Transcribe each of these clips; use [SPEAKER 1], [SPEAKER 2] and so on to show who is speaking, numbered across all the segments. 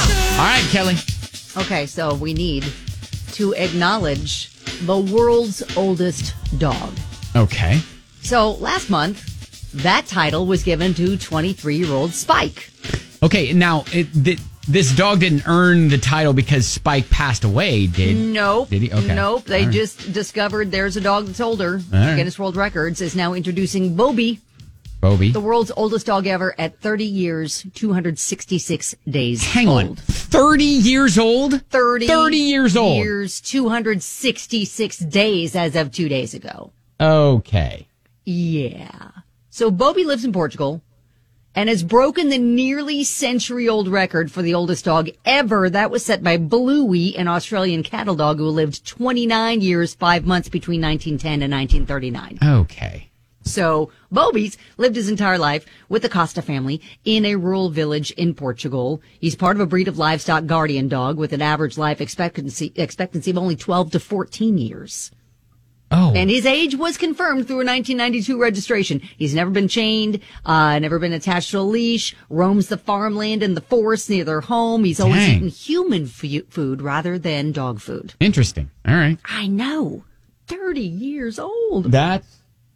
[SPEAKER 1] ahead, Kelly.
[SPEAKER 2] Okay, so we need to acknowledge the world's oldest dog.
[SPEAKER 1] Okay.
[SPEAKER 2] So last month, that title was given to 23 year old Spike.
[SPEAKER 1] Okay. Now, it, th- this dog didn't earn the title because Spike passed away, did?
[SPEAKER 2] Nope.
[SPEAKER 1] Did he? Okay.
[SPEAKER 2] Nope. They
[SPEAKER 1] All right.
[SPEAKER 2] just discovered there's a dog that's older.
[SPEAKER 1] right.
[SPEAKER 2] Guinness World Records is now introducing Bobby,
[SPEAKER 1] Bobby.
[SPEAKER 2] the world's oldest dog ever, at 30 years, 266 days.
[SPEAKER 1] Hang on.
[SPEAKER 2] old.
[SPEAKER 1] 30 years old?
[SPEAKER 2] 30,
[SPEAKER 1] 30 years old.
[SPEAKER 2] Years, 266 days as of two days ago.
[SPEAKER 1] Okay.
[SPEAKER 2] Yeah. So Bobby lives in Portugal and has broken the nearly century old record for the oldest dog ever. That was set by Bluey, an Australian cattle dog who lived 29 years, five months between 1910 and 1939.
[SPEAKER 1] Okay.
[SPEAKER 2] So Bobby's lived his entire life with the Costa family in a rural village in Portugal. He's part of a breed of livestock guardian dog with an average life expectancy, expectancy of only 12 to 14 years.
[SPEAKER 1] Oh.
[SPEAKER 2] And his age was confirmed through a 1992 registration. He's never been chained, uh, never been attached to a leash, roams the farmland and the forest near their home. He's always
[SPEAKER 1] Dang.
[SPEAKER 2] eaten human fu- food rather than dog food.
[SPEAKER 1] Interesting. All right.
[SPEAKER 2] I know. 30 years old.
[SPEAKER 1] That's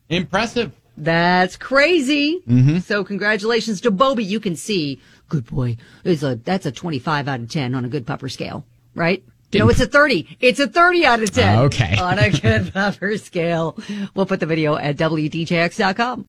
[SPEAKER 1] impressive.
[SPEAKER 2] That's crazy. Mm-hmm. So congratulations to Bobby. You can see, good boy. Is a that's a twenty five out of ten on a good pupper scale, right? No, it's a thirty. It's a thirty out of ten.
[SPEAKER 1] Ah, okay.
[SPEAKER 2] on a good pupper scale. We'll put the video at wdjx.com.